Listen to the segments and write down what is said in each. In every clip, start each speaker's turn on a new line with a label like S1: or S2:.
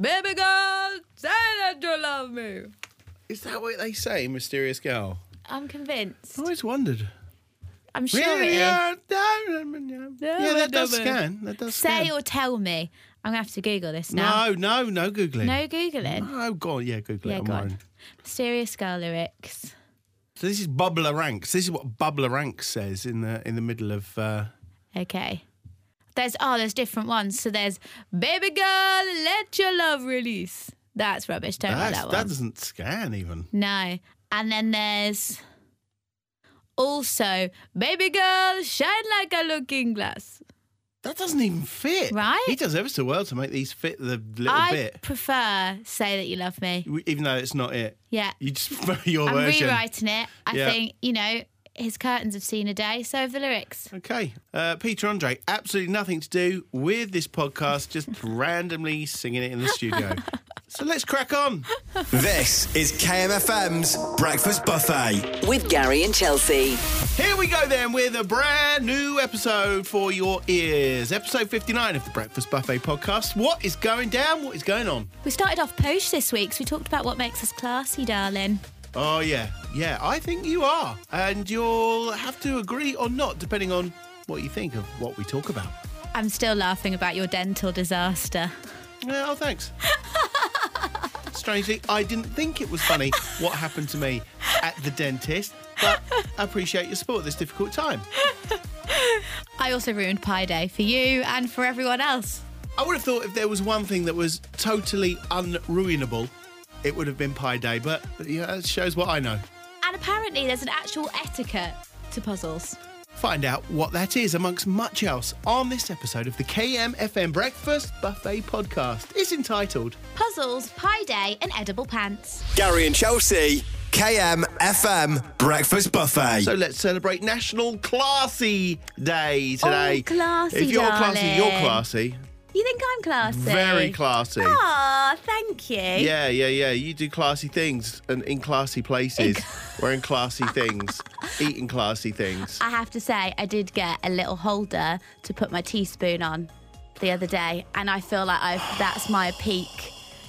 S1: Baby girl, say that you love me.
S2: Is that what they say, mysterious girl?
S1: I'm convinced.
S2: I always wondered.
S1: I'm sure it is.
S2: yeah, that does scan. That does
S1: Say
S2: scan.
S1: or tell me. I'm gonna have to Google this now.
S2: No, no, no googling.
S1: No googling.
S2: Oh god, yeah, Google
S1: yeah,
S2: it. I'm
S1: go on.
S2: mine.
S1: Mysterious girl lyrics.
S2: So this is Bubbler Ranks. This is what Bubbler Ranks says in the in the middle of. Uh,
S1: Okay. There's oh, there's different ones. So there's baby girl, let your love release. That's rubbish. Don't like
S2: that's-
S1: that one.
S2: that doesn't scan even.
S1: No. And then there's also baby girl, shine like a looking glass.
S2: That doesn't even fit.
S1: Right?
S2: He does ever so well to make these fit the little
S1: I
S2: bit,
S1: prefer say that you love me.
S2: w- even though it's not it.
S1: Yeah.
S2: You just make your
S1: I'm
S2: version.
S1: rewriting it. I
S2: Yeah.
S1: think you know his curtains have seen a day. So have the lyrics.
S2: Okay. Uh, Peter Andre, absolutely nothing to do with this podcast, just randomly singing it in the studio. so let's crack on.
S3: This is KMFM's Breakfast Buffet.
S4: With Gary and Chelsea.
S2: Here we go then with a brand new episode for your ears. Episode 59 of the Breakfast Buffet podcast. What is going down? What is going on?
S1: We started off posh this week, so we talked about what makes us classy, darling.
S2: Oh, yeah. Yeah, I think you are. And you'll have to agree or not, depending on what you think of what we talk about.
S1: I'm still laughing about your dental disaster.
S2: Yeah, oh, thanks. Strangely, I didn't think it was funny what happened to me at the dentist, but I appreciate your support at this difficult time.
S1: I also ruined Pie Day for you and for everyone else.
S2: I would have thought if there was one thing that was totally unruinable, it would have been Pie Day, but yeah, it shows what I know.
S1: And apparently, there's an actual etiquette to puzzles.
S2: Find out what that is, amongst much else, on this episode of the KMFM Breakfast Buffet podcast. It's entitled
S1: Puzzles, Pie Day, and edible pants.
S3: Gary and Chelsea, KMFM Breakfast Buffet.
S2: So let's celebrate National Classy Day today.
S1: Oh, classy,
S2: If you're classy, you're
S1: darling.
S2: classy.
S1: You think I'm classy?
S2: Very classy.
S1: Ah, thank you.
S2: Yeah, yeah, yeah. You do classy things and in classy places, wearing classy things, eating classy things.
S1: I have to say, I did get a little holder to put my teaspoon on the other day, and I feel like I've, that's my peak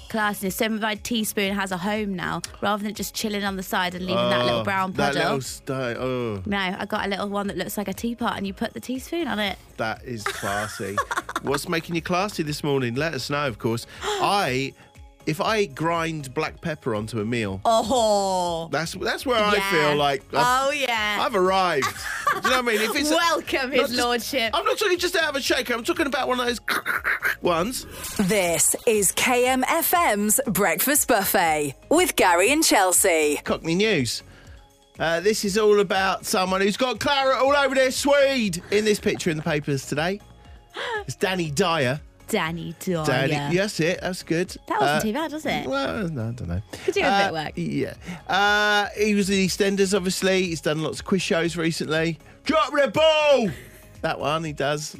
S1: classiness. So my teaspoon has a home now, rather than just chilling on the side and leaving that little
S2: Oh,
S1: brown
S2: That
S1: puddle.
S2: little sta- oh,
S1: No, I got a little one that looks like a teapot, and you put the teaspoon on it.
S2: that is classy. What's making you classy this morning? Let us know, of course. I, if I grind black pepper onto a meal,
S1: Oh,
S2: that's that's where I
S1: Yeah.
S2: feel like I've,
S1: Oh, yeah.
S2: I've arrived. Do you know what I mean? If it's
S1: welcome,
S2: not
S1: His
S2: just-
S1: Lordship.
S2: I'm not talking just out of a shaker. I'm talking about one of those ones.
S4: This is KMFM's Breakfast Buffet with Gary and Chelsea.
S2: Cockney News. Uh, this is all about someone who's got claret all over their swede in this picture in the papers today. It's Danny Dyer.
S1: Danny Dyer.
S2: Danny, yes, it. That's good.
S1: Oh, That wasn't
S2: Uh,
S1: too bad, was it?
S2: Well, no, I don't know.
S1: Could do with a bit of work.
S2: Yeah. Uh, he was in EastEnders, obviously. He's done lots of quiz shows recently. Drop the ball! that one he does.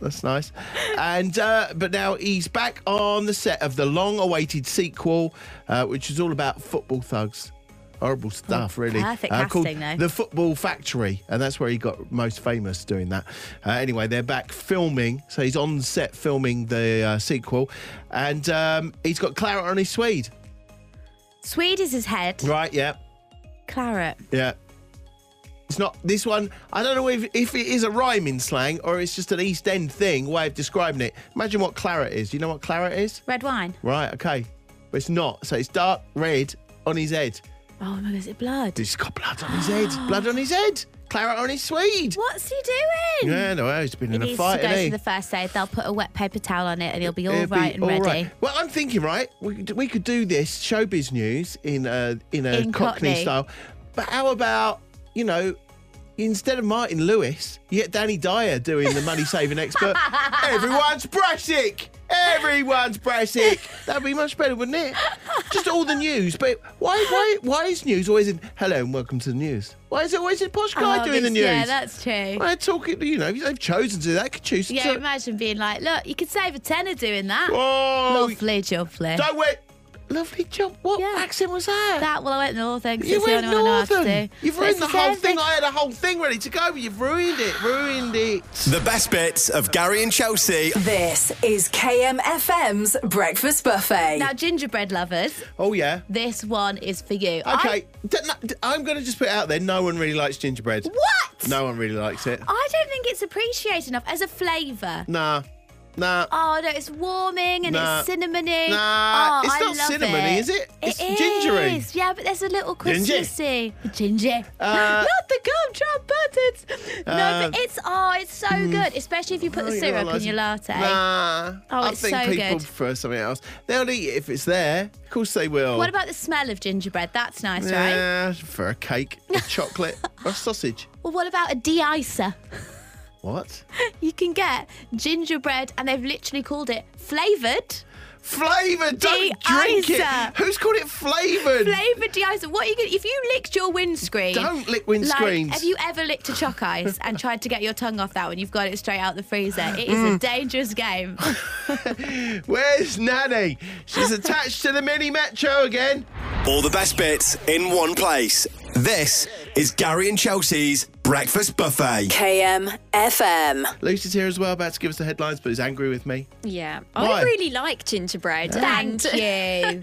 S2: That's nice. And uh, but now he's back on the set of the long-awaited sequel, uh, which is all about football thugs. Horrible stuff,
S1: Oh,
S2: really. Uh,
S1: perfect
S2: called
S1: casting, though.
S2: The Football Factory, and that's where he got most famous doing that. Uh, anyway, they're back filming, so he's on set filming the uh, sequel, and um, he's got claret on his swede.
S1: Swede is his head.
S2: Right, yeah,
S1: Claret.
S2: yeah. It's not this one. I don't know if, if it is a rhyme in slang or it's just an East End thing way of describing it. Imagine what claret is. You know what claret is?
S1: Red wine.
S2: Right, okay. But it's not. So it's dark red on his head.
S1: Oh my god, is it blood?
S2: He's got blood on his head. blood on his head. Claret on his swede.
S1: What's he doing?
S2: Yeah, no, he's been
S1: He
S2: in a
S1: needs
S2: fight,
S1: to go
S2: hasn't he?
S1: to the first aid. They'll put a wet paper towel on it, and he'll be all right
S2: It'd be
S1: and
S2: all
S1: ready.
S2: right. Well, I'm thinking, right? We could, we could do this showbiz news in a in a
S1: In
S2: Cockney,
S1: Cockney.
S2: style, but how about you know? Instead of Martin Lewis, you get Danny Dyer doing the money saving expert. Everyone's brassic! Everyone's brassic! That'd be much better, wouldn't it? Just all the news. But why why why is news always in hello and welcome to the news? Why is it always a posh guy
S1: Oh,
S2: doing the
S1: it's-
S2: news?
S1: Yeah, that's true.
S2: Why talk it- you know, if they've chosen to do that, could choose to
S1: Yeah, imagine being like, look, you could save a tenner doing that.
S2: Oh,
S1: Lovely, lovely.
S2: Don't wait. lovely job. What
S1: Yeah.
S2: accent was that?
S1: That, well, I went northern because
S2: you
S1: it's the
S2: went
S1: only one I know how to
S2: northern.
S1: do.
S2: You've
S1: But
S2: ruined
S1: it's
S2: the whole
S1: same
S2: thing. I had a whole thing ready to go, but you've ruined it. Ruined it.
S3: The best bits of Gary and Chelsea.
S4: This is KMFM's Breakfast Buffet.
S1: Now, gingerbread lovers,
S2: Oh yeah.
S1: this one is for you. I-
S2: Okay. D- no, d- I'm going to just put it out there. No one really likes gingerbread.
S1: what? Oh.
S2: No one really likes it.
S1: I don't think it's appreciated enough as a flavour.
S2: Nah. Nah.
S1: Oh no, it's warming and
S2: Nah.
S1: it's cinnamony.
S2: Nah,
S1: oh,
S2: it's
S1: I
S2: not
S1: love
S2: cinnamony,
S1: it.
S2: is it? It's
S1: It
S2: gingery.
S1: is, Yeah, but there's a little
S2: Ginger.
S1: Christmassy. Ginger.
S2: Uh,
S1: not the gumdrop buttons.
S2: Uh, mm.
S1: no, but it's oh, it's so good, especially if you put the
S2: Oh, you don't
S1: syrup
S2: like
S1: in your
S2: it.
S1: latte.
S2: Nah.
S1: Oh,
S2: I
S1: it's
S2: think
S1: so
S2: people
S1: good.
S2: prefer something else. They'll eat it if it's there. Of course they will.
S1: What about the smell of gingerbread? That's nice, right?
S2: Yeah, for a cake, a chocolate, or a sausage.
S1: Well, what about a de-icer?
S2: What?
S1: You can get gingerbread, and they've literally called it flavored.
S2: Flavored. Don't drink
S1: De-icer.
S2: it. Who's called it flavored?
S1: Flavour deizer. What are you gonna if you licked your windscreen?
S2: Don't lick windscreens.
S1: Like, have you ever licked a chalk ice and tried to get your tongue off that when you've got it straight out the freezer? It is a dangerous game.
S2: Where's Nanny? She's attached to the mini metro again.
S3: All the best bits in one place. This is Gary and Chelsea's Breakfast Buffet.
S4: KMFM.
S2: Lucy's here as well, about to give us the headlines, but is angry with me.
S5: Yeah,
S2: Why?
S5: I really like gingerbread.
S1: Thank
S5: and
S1: you.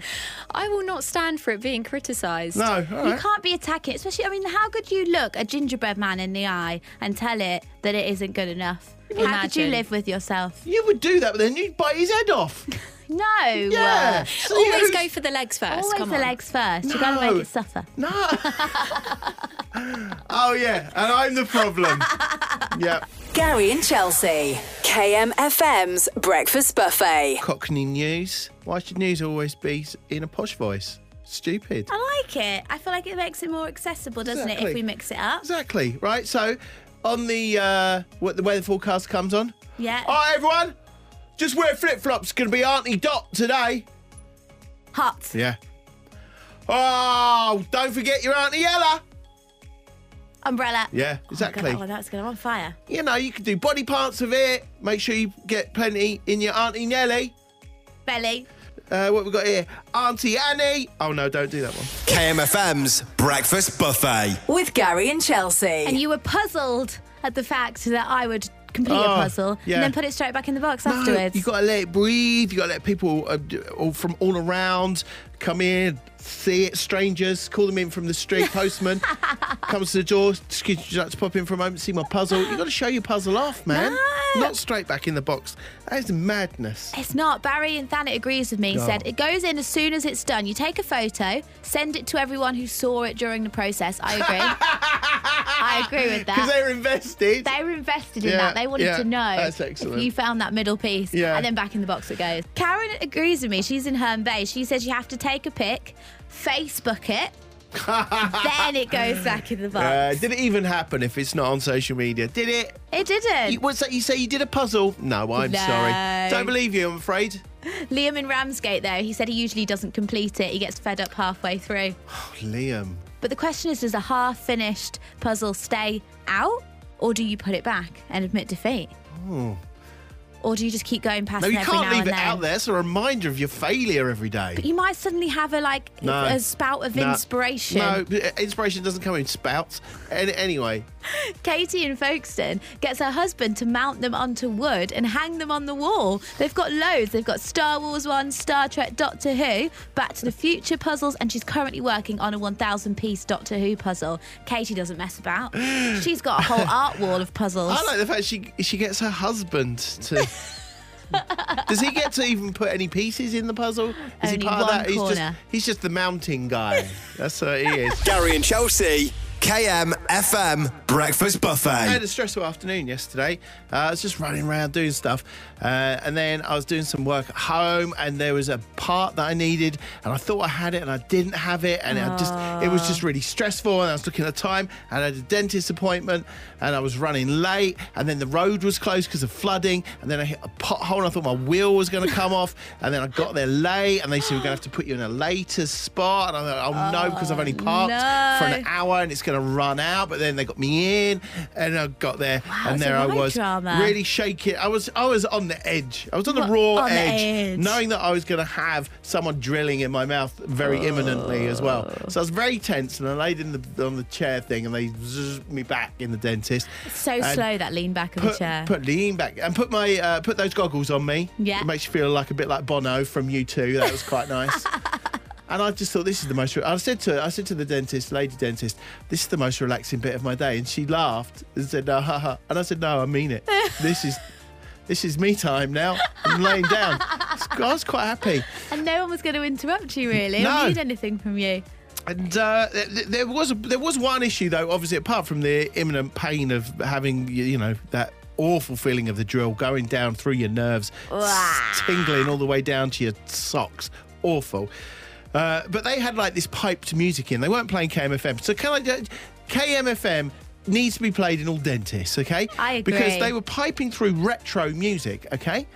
S5: I will not stand for it being criticised.
S2: No, all
S1: You
S2: right.
S1: can't be attacking, especially. I mean, how could you look a gingerbread man in the eye and tell it that it isn't good enough? How could you
S5: Imagine.
S1: live with yourself?
S2: You would do that, but then you'd bite his head off.
S1: No.
S2: Yeah. So you-
S5: Always go for the legs first.
S1: Always the
S5: come on.
S1: legs first. You gotta
S2: No.
S1: make it suffer.
S2: No. oh yeah, and I'm the problem. yeah.
S4: Gary and Chelsea. KMFM's Breakfast Buffet.
S2: Cockney news. Why should news always be s- in a posh voice? Stupid.
S1: I like it. I feel like it makes it more accessible, doesn't it?
S2: Exactly.
S1: If we mix it up.
S2: Exactly. Right. So, on the uh, what the weather forecast comes on.
S1: Yeah.
S2: All right, everyone. Just wear flip flops. Going to be Auntie Dot today.
S1: Hot.
S2: Yeah. Oh, don't forget your Auntie Ella.
S1: Umbrella.
S2: Yeah, exactly.
S1: Oh, that's good. I'm on fire.
S2: You know, you can do body parts of it. Make sure you get plenty in your Auntie Nelly.
S1: Belly.
S2: Uh, what we got here? Auntie Annie. Oh no, don't do that one.
S3: KMFM's Breakfast Buffet.
S4: With Gary and Chelsea.
S1: And you were puzzled at the fact that I would complete
S2: Oh,
S1: a puzzle
S2: yeah.
S1: and then put it straight back in the box afterwards.
S2: you got to let it breathe. You got to let people uh, d- all from all around come in, see it. Strangers, call them in from the street. Postman comes to the door. Excuse me, would you like to pop in for a moment, see my puzzle. You got to show your puzzle off, man.
S1: No.
S2: Not straight back in the box. That is madness.
S1: it's not. Barry and Thanet agrees with me. He said it goes in as soon as it's done. You take a photo, send it to everyone who saw it during the process. I agree. I agree with that.
S2: Because they're invested.
S1: They were invested in
S2: Yeah,
S1: that. They wanted
S2: yeah,
S1: to know
S2: that's excellent.
S1: if you found that middle piece.
S2: Yeah.
S1: And then back in the box it goes. Karen agrees with me. She's in Herne Bay. She says you have to take a pic, Facebook it, then it goes back in the box.
S2: uh, did it even happen if it's not on social media? Did it?
S1: It didn't.
S2: You- What's that? You say you did a puzzle? No, I'm
S1: No.
S2: sorry. Don't believe you, I'm afraid.
S1: Liam in Ramsgate, though, he said he usually doesn't complete it. He gets fed up halfway through.
S2: Liam.
S1: But the question is does a half finished puzzle stay out, or do you put it back and admit defeat? Or do you just keep going past it
S2: Hmm. No, you
S1: every
S2: can't
S1: now
S2: leave
S1: and
S2: it
S1: then?
S2: out there. It's a reminder of your failure every day.
S1: You might suddenly have a like
S2: No.
S1: a spout of
S2: No.
S1: inspiration.
S2: No, uh, inspiration doesn't come in spouts. An- Anyway,
S1: Katie in Folkestone gets her husband to mount them onto wood and hang them on the wall. They've got loads. They've got Star Wars one, Star Trek, Doctor Who, Back to the Future puzzles, and she's currently working on a 1,000 piece Doctor Who puzzle. Katie doesn't mess about. She's got a whole art wall of puzzles.
S2: I like the fact she she gets her husband to. Does he get to even put any pieces in the puzzle? Is he
S1: Only one
S2: part of that? He's just
S1: corner.
S2: he's just the mounting guy. That's what he is.
S3: Gary and Chelsea. KMFM Breakfast
S2: I had
S3: Buffet.
S2: a stressful afternoon yesterday. Uh, I was just running around doing stuff, uh, and then I was doing some work at home, and there was a part that I needed, and I thought I had it, and I didn't have it, and I just it was just really stressful. And I was looking at the time, and I had a dentist appointment, and I was running late, and then the road was closed because of flooding, and then I hit a pothole, and I thought my wheel was going to come off, and then I got there late, and they said we're going to have to put you in a later spot, and I thought, oh, no, because I've only parked for an
S1: no.
S2: hour, and it's going to going to run out, but then they got me in, and I got there, and
S1: it's a
S2: there I
S1: right
S2: was,
S1: drama.
S2: really shaking. I was, I was on the edge. I was on the
S1: What-
S2: raw
S1: on the
S2: edge,
S1: edge.
S2: knowing that I was going to have someone drilling in my mouth very imminently as well. So I was very tense, and I laid in the on the chair thing, and they zzz me back in the dentist.
S1: So
S2: And
S1: slow that lean back of the
S2: Put,
S1: chair.
S2: put lean back and put my uh, put those goggles on me.
S1: Yeah.
S2: it makes you feel like a bit like Bono from U2. That was quite nice. And I just thought this is the most. I said to I said to the dentist, lady dentist, this is the most relaxing bit of my day. And she laughed and said, "No, ha ha." And I said, "No, I mean it. This is this is me time now. I'm laying down." I was quite happy.
S1: and no one was going to interrupt you really.
S2: No.
S1: I need anything from you.
S2: And uh, th- th- there was a, there was one issue though, obviously, apart from the imminent pain of having y- you know that awful feeling of the drill going down through your nerves, s- tingling all the way down to your socks, awful. Uh, but they had like this piped music in. They weren't playing KMFM, so can I, uh, KMFM needs to be played in all dentists, okay?
S1: I
S2: Because
S1: agree.
S2: they were piping through retro music, okay?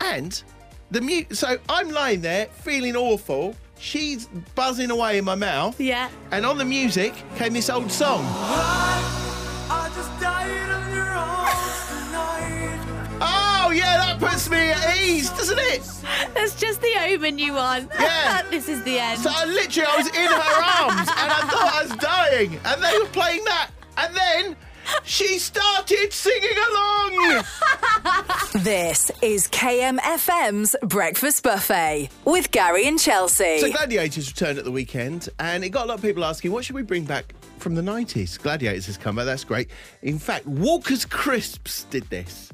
S2: And the mu so I'm lying there feeling awful. She's buzzing away in my mouth.
S1: Yeah.
S2: And on the music came this old song.
S6: I just died on your arms tonight.
S2: Oh yeah, that puts me at ease, doesn't it?
S1: That's just the omen you want.
S2: Yeah.
S1: this is the end.
S2: So I literally I was in her arms and I thought I was dying. And they were playing that. And then she started singing along.
S4: This is KMFM's Breakfast Buffet with Gary and Chelsea.
S2: So Gladiators returned at the weekend, and it got a lot of people asking, what should we bring back from the 90s? Gladiators has come back, that's great. In fact, Walker's Crisps did this.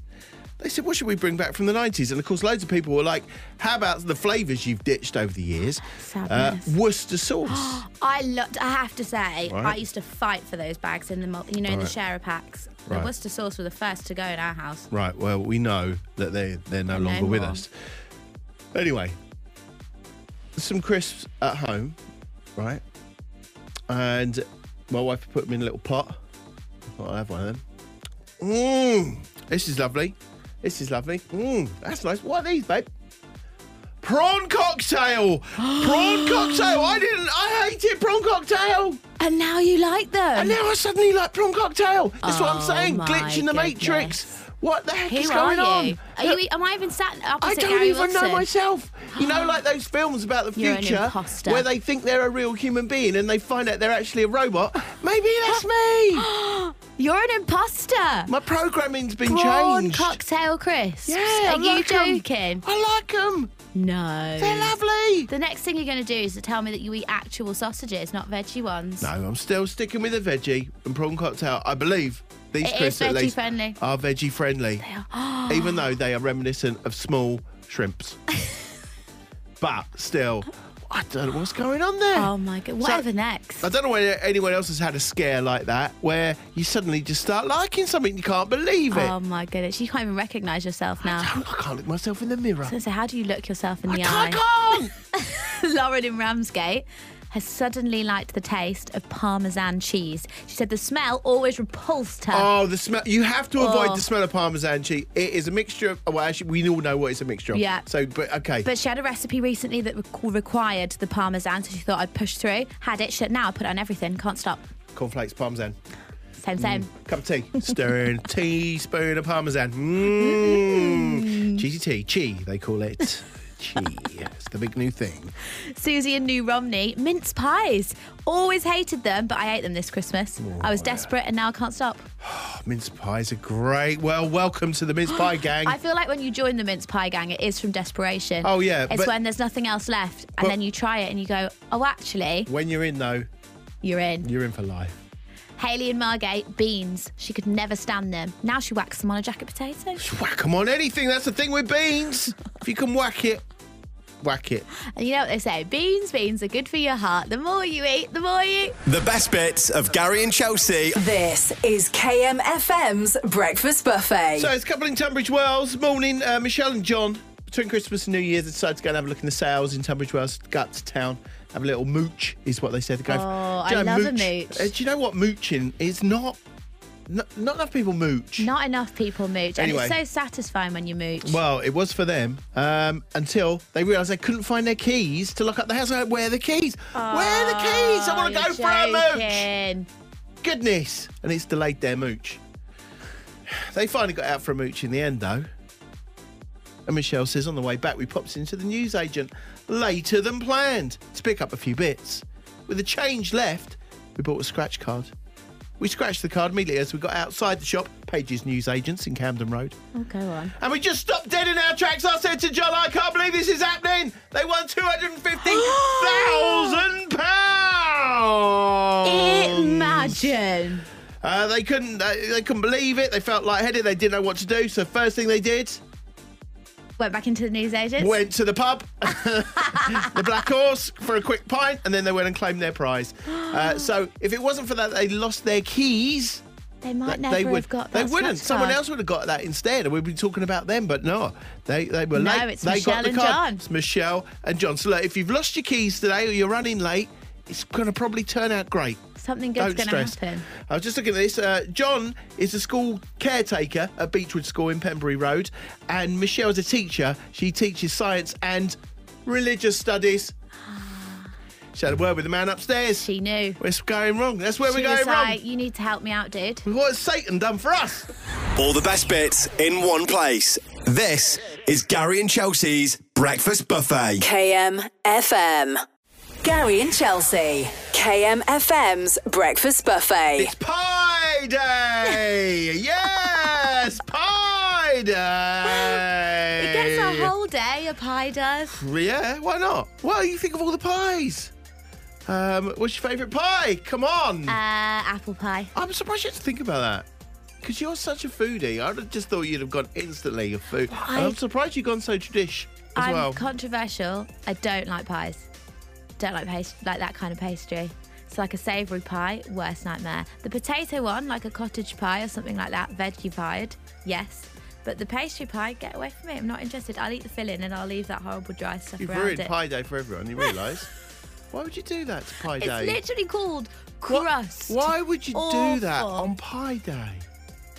S2: They said, what should we bring back from the 90s? And of course, loads of people were like, how about the flavours you've ditched over the years?
S1: Sadness.
S2: Worcester sauce.
S1: I loved. I have to say,
S2: Right.
S1: I used to fight for those bags in the mul- you know in the
S2: Right.
S1: sharer packs. The
S2: Right.
S1: Worcester sauce were the first to go in our house.
S2: right, well, we know that they, they're no longer with
S1: more.
S2: us. Anyway, some crisps at home, right? And my wife put them in a little pot. I thought I'd have one of them. Mmm, this is lovely. This is lovely. Mmm, that's nice. What are these, babe? Prawn cocktail. prawn cocktail. I didn't. I hated prawn cocktail.
S1: And now you like them.
S2: And now I suddenly like prawn cocktail. That's what I'm
S1: Oh
S2: saying.
S1: my
S2: Glitch in the matrix.
S1: goodness.
S2: What the heck
S1: Who
S2: is
S1: are
S2: going
S1: you?
S2: on?
S1: Are you?
S5: e-,
S1: Am I even sat
S2: I
S1: opposite
S2: don't
S1: Gary
S2: even know
S1: Wilson?
S2: myself. You know, like those films about the
S1: You're an
S2: future
S1: imposter.
S2: where they think they're a real human being and they find out they're actually a robot. Maybe that's me.
S1: You're an imposter.
S2: My programming's been
S1: Prawn
S2: changed.
S1: cocktail crisps.
S2: yeah, I
S1: Are you
S2: like 'em.
S1: joking?
S2: I like them.
S1: No.
S2: They're lovely.
S1: The next thing you're going to do is to tell me that you eat actual sausages, not veggie ones.
S2: No, I'm still sticking with the veggie and prawn cocktail. I believe these
S1: It is
S2: crisps
S1: veggie
S2: at least
S1: friendly.
S2: are veggie friendly. They are. even though they are reminiscent of small shrimps. but still, I don't know what's going on there.
S1: Oh my god. Whatever next.
S2: I don't know whether anyone else has had a scare like that where you suddenly just start liking something you can't believe it.
S1: Oh my goodness. You can't even recognise yourself now.
S2: I can't look myself in the mirror.
S1: So how do you look yourself in
S2: I
S1: the
S2: can't.
S1: eye?
S2: I can't.
S1: Lauren in Ramsgate has suddenly liked the taste of parmesan cheese. She said the smell always repulsed her.
S2: Oh, the smell. You have to avoid
S1: Ah. Oh.
S2: the smell of parmesan cheese. It is a mixture of. oh, Well, actually, we all know what it's a mixture of.
S1: Yeah.
S2: So, but okay.
S1: But she had a recipe recently that requ- required the parmesan, so she thought I'd push through. Had it, shit now I put it on everything. Can't stop.
S2: Cornflakes, parmesan.
S1: Same, same.
S2: Cup of tea. Stir in teaspoon of parmesan. Mmm. Cheesy tea. Chi, they call it. Chi. It's the big new thing.
S1: Susie and New Romney, mince pies. Always hated them, but I ate them this Christmas.
S2: Oh,
S1: I was desperate and now I can't stop.
S2: Mince pies are great. Well, welcome to the mince pie gang.
S1: I feel like when you join the mince pie gang, it is from desperation.
S2: Oh, yeah,
S1: It's
S2: but- when
S1: when there's nothing else left, and
S2: But- then
S1: then you try it and you go, oh, actually,
S2: when you're in, though,
S1: you're in.
S2: you're in for life.
S1: Haley and Margate, beans. She could never stand them. Now she whacks them on a jacket potato.
S2: Whack 'em on anything. That's the thing with beans. if you can whack it, whack it.
S1: And you know what they say beans, beans are good for your heart. The more you eat, the more you.
S3: The best bits of Gary and Chelsea.
S4: This is KMFM's Breakfast Buffet.
S2: So it's a couple in Tunbridge Wells. Morning, uh, Michelle and John. Between Christmas and New Year's, they decided to go and have a look in the sales in Tunbridge Wells. Go up to town, have a little mooch, is what they said. They go,
S1: Oh,
S2: Do you
S1: I
S2: know,
S1: love a mooch.
S2: Uh, do you know what mooching is? Not, not, not enough people mooch.
S1: Not enough people mooch.
S2: Anyway.
S1: And it's so satisfying when you mooch.
S2: Well, it was for them um, until they realised they couldn't find their keys to lock up the house. I went, Where are the keys? Where are the keys? I want to
S1: Oh,
S2: go
S1: You're
S2: for a mooch.
S1: joking.
S2: goodness! And it's delayed their mooch. They finally got out for a mooch in the end, though. And Michelle says on the way back, we popped into the newsagent later than planned to pick up a few bits. With the change left, we bought a scratch card. We scratched the card immediately as we got outside the shop, Page's Newsagents in Camden Road.
S1: Oh, go on.
S2: And we just stopped dead in our tracks. I said to John, I can't believe this is happening. They won £250,000.
S1: Imagine.
S2: Uh, they couldn't uh, they couldn't believe it. They felt lightheaded. They didn't know what to do. So first thing they did,
S1: Went back into the newsagents.
S2: went to the pub, the Black Horse, for a quick pint, and then they went and claimed their prize. Uh, so if it wasn't for that, they lost their keys.
S1: They might
S2: They-
S1: never
S2: they would.
S1: have got
S2: they
S1: that
S2: wouldn't.
S1: scratch
S2: Someone
S1: card.
S2: else would have got that instead, and we'd be talking about them. But no, they they were
S1: No,
S2: late.
S1: it's
S2: they
S1: Michelle
S2: got the
S1: and
S2: card.
S1: John.
S2: It's Michelle and John. So look, if you've lost your keys today or you're running late, it's going to probably turn out great.
S1: Something good's
S2: Don't
S1: going to
S2: stress.
S1: happen.
S2: I was just looking at this. Uh, John is a school caretaker at Beechwood School in Pembury Road, and Michelle's a teacher. She teaches science and religious studies. She had a word with the man upstairs.
S1: She knew.
S2: Where's going wrong? That's where
S1: she
S2: we're going
S1: was
S2: wrong.
S1: like, you need to help me out, dude.
S2: What has Satan done for us?
S3: All the best bits in one place. This is Gary and Chelsea's Breakfast Buffet.
S4: KMFM. Gary and Chelsea. KMFM's Breakfast Buffet.
S2: It's Pie Day! yes! Pie Day!
S1: It gets a whole day, a pie does. uh,
S2: Yeah, why not? What do you think of all the pies? Um, what's your favourite pie? Come on!
S1: Uh, apple pie.
S2: I'm surprised you had to think about that. Because you're such a foodie. I'd have just thought you'd have gone instantly of food. And I'm surprised you've gone so tradish as
S1: I'm
S2: well.
S1: controversial. I don't like pies. Don't like past- like that kind of pastry. It's like a savoury pie, worst nightmare. The potato one, like a cottage pie or something like that, veggie pied, yes. But the pastry pie, get away from it. I'm not interested. I'll eat the filling and I'll leave that horrible dry stuff
S2: You've
S1: around
S2: ruined
S1: it.
S2: Pie Day for everyone, you realise? why would you do that to Pie
S1: it's
S2: Day?
S1: literally called
S2: What-
S1: crust.
S2: Why would you do that
S1: Awful.
S2: on Pie Day?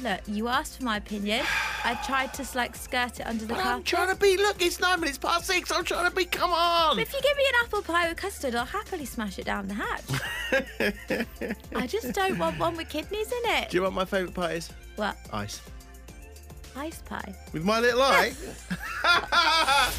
S1: Look, you asked for my opinion. I tried to like skirt it under the
S2: But I'm
S1: carpet.
S2: trying to be, look, it's nine minutes past six. I'm trying to be, come
S1: But
S2: on.
S1: If you give me an apple pie with custard, I'll happily smash it down the hatch. I just don't want one with kidneys in it.
S2: Do you want my favourite pie is?
S1: What?
S2: Ice.
S1: Ice pie.
S2: With my little eye.
S1: Oh.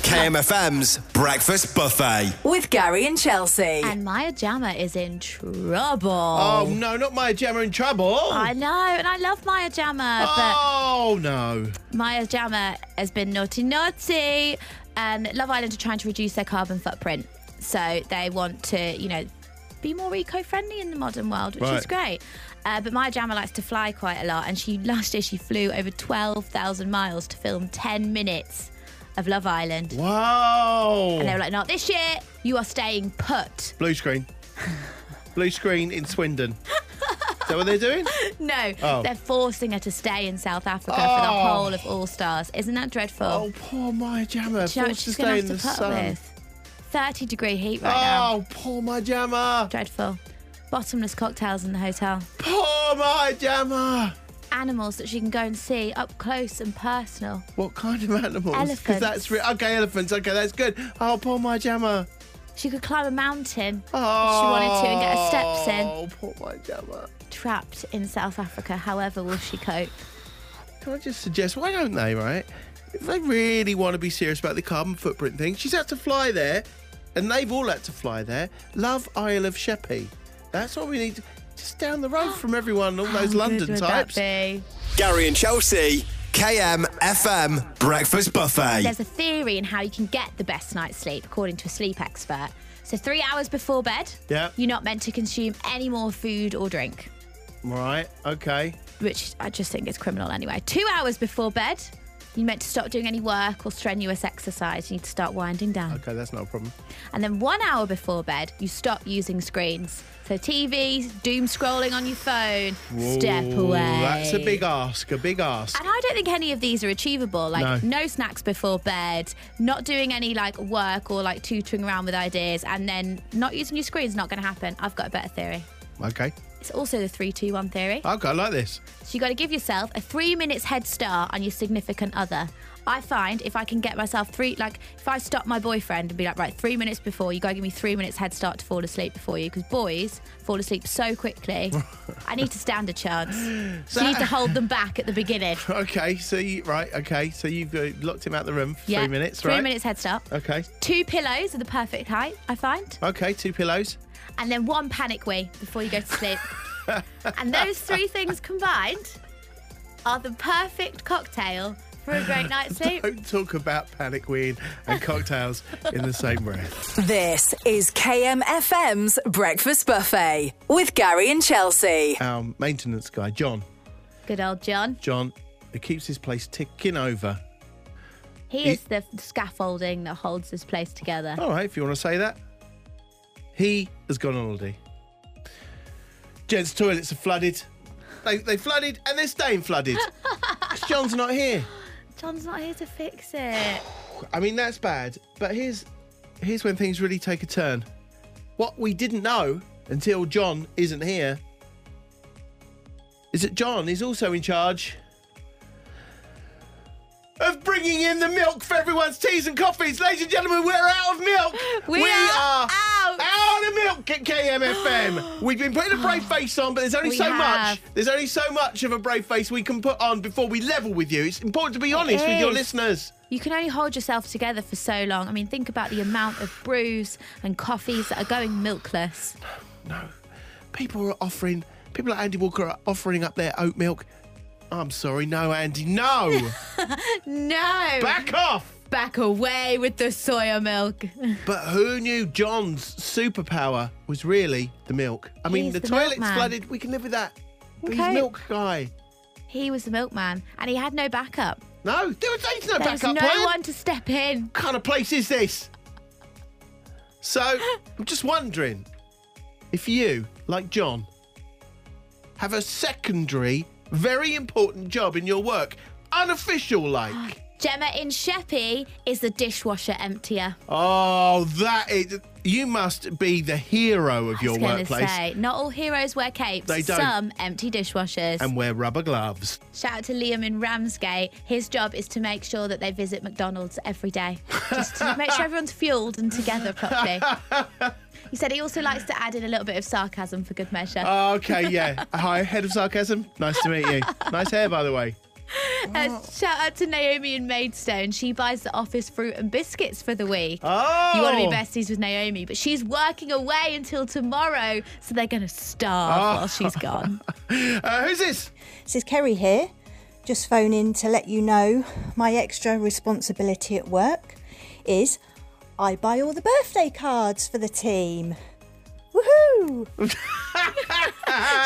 S3: KMFM's Breakfast Buffet.
S4: With Gary and Chelsea.
S1: And Maya Jama is in trouble.
S2: oh, no, not my Gemma in trouble.
S1: I know, and I love Maya Jama,
S2: oh, no.
S1: but Maya Jama has been naughty naughty, and Love Island are trying to reduce their carbon footprint. So they want to, you know, be more eco friendly in the modern world, which is
S2: Right.
S1: great. Uh, but Maya Jama likes to fly quite a lot, and she last year she flew over 12,000 miles to film 10 minutes of Love Island.
S2: Wow.
S1: And they were like, not this year, you are staying put.
S2: Blue screen. Blue screen in Swindon. Is that what they're doing?
S1: No,
S2: Oh.
S1: they're forcing her to stay in South Africa for the
S2: Oh.
S1: whole of All Stars. Isn't that dreadful?
S2: Oh, poor Maya Jammer.
S1: Do you know what
S2: Forced to
S1: she's gonna
S2: stay
S1: have
S2: in
S1: to
S2: the
S1: put up
S2: sun.
S1: with? 30 degree heat right now.
S2: Oh, poor Maya Jammer.
S1: Dreadful. Bottomless cocktails in the hotel.
S2: Poor Maya Jammer.
S1: Animals that she can go and see up close and personal.
S2: What kind of animals? 'Cause
S1: Elephants.
S2: that's re- okay. Elephants. Okay, that's good. Oh, poor Maya Jammer.
S1: She could climb a mountain
S2: Oh,
S1: if she wanted to and get her steps in.
S2: Oh, poor Maya Jammer.
S1: Trapped in South Africa, however will she cope?
S2: Can I just suggest, why don't they, right? If they really want to be serious about the carbon footprint thing, she's had to fly there, and they've all had to fly there. Love Isle of Sheppey. That's what we need. Just down the road from everyone, all those
S1: Good
S2: London
S1: would
S2: types.
S1: That be?
S3: Gary and Chelsea, KMFM Breakfast Buffet.
S1: There's a theory in how you can get the best night's sleep, according to a sleep expert. So, three hours before bed,
S2: Yeah.
S1: you're not meant to consume any more food or drink,
S2: Right, okay.
S1: which I just think is criminal anyway. Two hours before bed, you're meant to stop doing any work or strenuous exercise. You need to start winding down.
S2: Okay, that's not a problem.
S1: And then one hour before bed, you stop using screens. So, TVs, doom scrolling on your phone, step
S2: Ooh,
S1: away.
S2: That's a big ask, a big ask.
S1: And I don't think any of these are achievable. Like
S2: No.
S1: no. snacks before bed, not doing any like work or like tutoring around with ideas, and then not using your screen is not going to happen. I've got a better theory.
S2: Okay.
S1: It's also the three, two, one theory.
S2: Okay, I like this.
S1: So you got to give yourself a three minutes head start on your significant other. I find if I can get myself three, like if I stop my boyfriend and be like, right, three minutes before, you got to give me three minutes head start to fall asleep before you, because boys fall asleep so quickly. I need to stand a chance. So you need to hold them back at the beginning.
S2: Okay, so you, right, okay, so you've uh, locked him out the room for
S1: Yeah,
S2: three minutes,
S1: Three
S2: right? Uh.
S1: minutes head start.
S2: Okay,
S1: Two pillows are the perfect height, I find.
S2: okay, two pillows.
S1: and then one panic wee before you go to sleep. and those three things combined are the perfect cocktail for a great night's sleep.
S2: Don't talk about panic weed and cocktails in the same breath.
S4: This is KMFM's Breakfast Buffet with Gary and Chelsea.
S2: Our maintenance guy, John,
S1: Good old John.
S2: John, who keeps his place ticking over.
S1: He is the f- scaffolding that holds this place together.
S2: All right, if you want to say that. He has gone on holiday. Jen's toilets are flooded. They, they flooded and they're staying flooded. 'Cause John's not here.
S1: John's not here to fix it.
S2: I mean, that's bad. But here's here's when things really take a turn. What we didn't know until John isn't here is that John is also in charge of bringing in the milk for everyone's teas and coffees. Ladies and gentlemen, we're out of milk.
S1: We are out.
S2: out of milk at KMFM. We've been putting a brave face on, but there's only
S1: We
S2: so
S1: have.
S2: much. There's only so much of a brave face we can put on before we level with you. It's important to be honest with your
S1: is.
S2: listeners.
S1: You can only hold yourself together for so long. I mean, think about the amount of brews and coffees that are going milkless.
S2: No. People are offering, people like Andy Walker are offering up their oat milk. I'm sorry, no, Andy, no.
S1: No!
S2: Back off.
S1: Back away with the soya milk.
S2: But who knew John's superpower was really the milk? I mean,
S1: He's
S2: the,
S1: the
S2: toilet's
S1: milkman.
S2: flooded, we can live with that. But he's
S1: Okay.
S2: milk guy.
S1: He was the milkman and he had no backup.
S2: No, there was there's no
S1: There's
S2: backup
S1: no
S2: plan.
S1: one to step in.
S2: What kind of place is this? So, I'm just wondering if you, like John, have a secondary, very important job in your work, unofficial
S1: Oh,
S2: like.
S1: Gemma in Sheppey is the dishwasher emptier.
S2: Oh, that is. You must be the hero of your
S1: I was gonna
S2: workplace
S1: say, not all heroes wear capes.
S2: They don't.
S1: Some empty dishwashers.
S2: and wear rubber gloves.
S1: Shout out to Liam in Ramsgate. His job is to make sure that they visit McDonald's every day, just to make sure everyone's fueled and together properly. He said he also likes to add in a little bit of sarcasm for good measure.
S2: Oh. Okay, yeah. Hi, head of sarcasm. Nice to meet you. Nice hair, by the way.
S1: Uh, shout out to Naomi in Maidstone. She buys the office fruit and biscuits for the week.
S2: Oh,
S1: You want to be besties with Naomi, but she's working away until tomorrow, so they're going to starve while she's gone.
S2: Uh, who's this?
S7: This is Kerry here, just phone in to let you know my extra responsibility at work is I buy all the birthday cards for the team. Woohoo!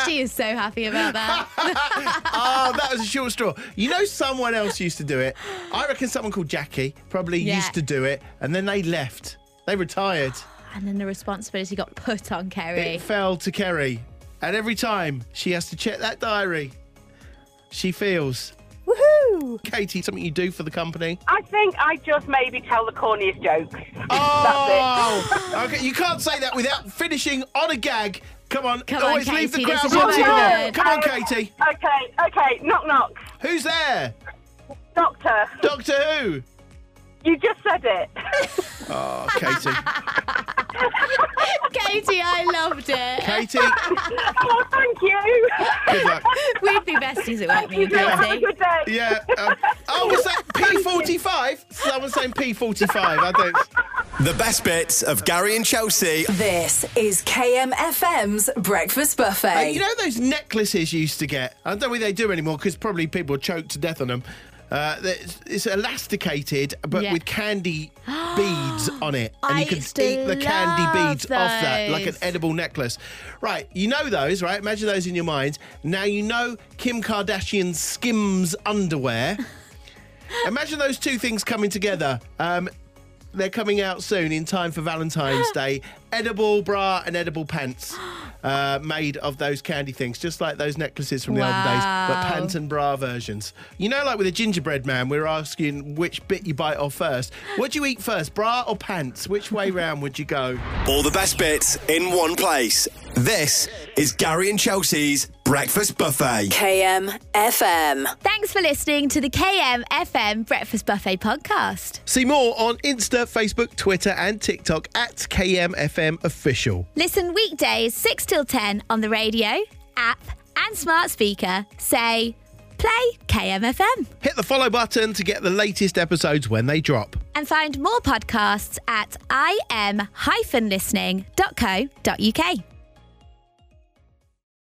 S1: she is so happy about that.
S2: Oh, that was a short straw. You know, someone else used to do it. I reckon someone called Jackie probably
S1: Yeah.
S2: used to do it, and then they left. They retired.
S1: and then the responsibility got put on Kerry.
S2: It fell to Kerry, and every time she has to check that diary, she feels.
S7: Woohoo!
S2: Katie, something you do for the company?
S8: I think I just maybe tell the corniest jokes.
S2: Oh, okay. You can't say that without finishing on a gag. Come on,
S1: Come on,
S2: always leave the
S1: Katie, this
S2: crowd
S1: is your
S2: wanting
S1: moment.
S2: more. Come on, Katie.
S8: Okay, okay, knock knock.
S2: Who's there?
S8: Doctor,
S2: Doctor Who.
S8: you just said it.
S2: Oh, Katie.
S1: Katie, I loved it.
S2: Katie,
S8: oh, thank you.
S2: good luck.
S1: We'd be besties at work, me and
S8: Have a
S1: Katie.
S8: good day.
S2: Yeah. Um, oh, was that P45? Someone's saying P45. I don't.
S3: The best bits of Gary and Chelsea.
S4: This is KMFM's Breakfast
S2: Uh,
S4: Buffet.
S2: you know those necklaces you used to get? I don't think they do anymore because probably people are choked to death on them. Uh, it's, it's elasticated, but
S1: Yeah.
S2: with candy beads on it, and
S1: I
S2: you can
S1: used to
S2: eat the candy
S1: love
S2: beads off that like an
S1: those.
S2: edible necklace. Right, you know those, right? Imagine those in your mind. Now you know Kim Kardashian's Skims underwear. Imagine those two things coming together. Um, they're coming out soon in time for Valentine's Day. Edible bra and edible pants uh, made of those candy things, just like those necklaces from the olden days, but
S1: Wow.
S2: pants and bra versions. You know, like with a gingerbread man, we we're asking which bit you bite off first. What do you eat first, bra or pants? Which way round would you go?
S3: All the best bits in one place. This is Gary and Chelsea's Breakfast Buffet.
S4: KMFM.
S1: Thanks for listening to the KMFM Breakfast Buffet podcast.
S2: See more on Insta, Facebook, Twitter, and TikTok at KMFM Official.
S1: Listen weekdays 6 till 10 on the radio, app, and smart speaker. Say, play KMFM.
S2: Hit the follow button to get the latest episodes when they drop.
S1: And find more podcasts at im-listening.co.uk.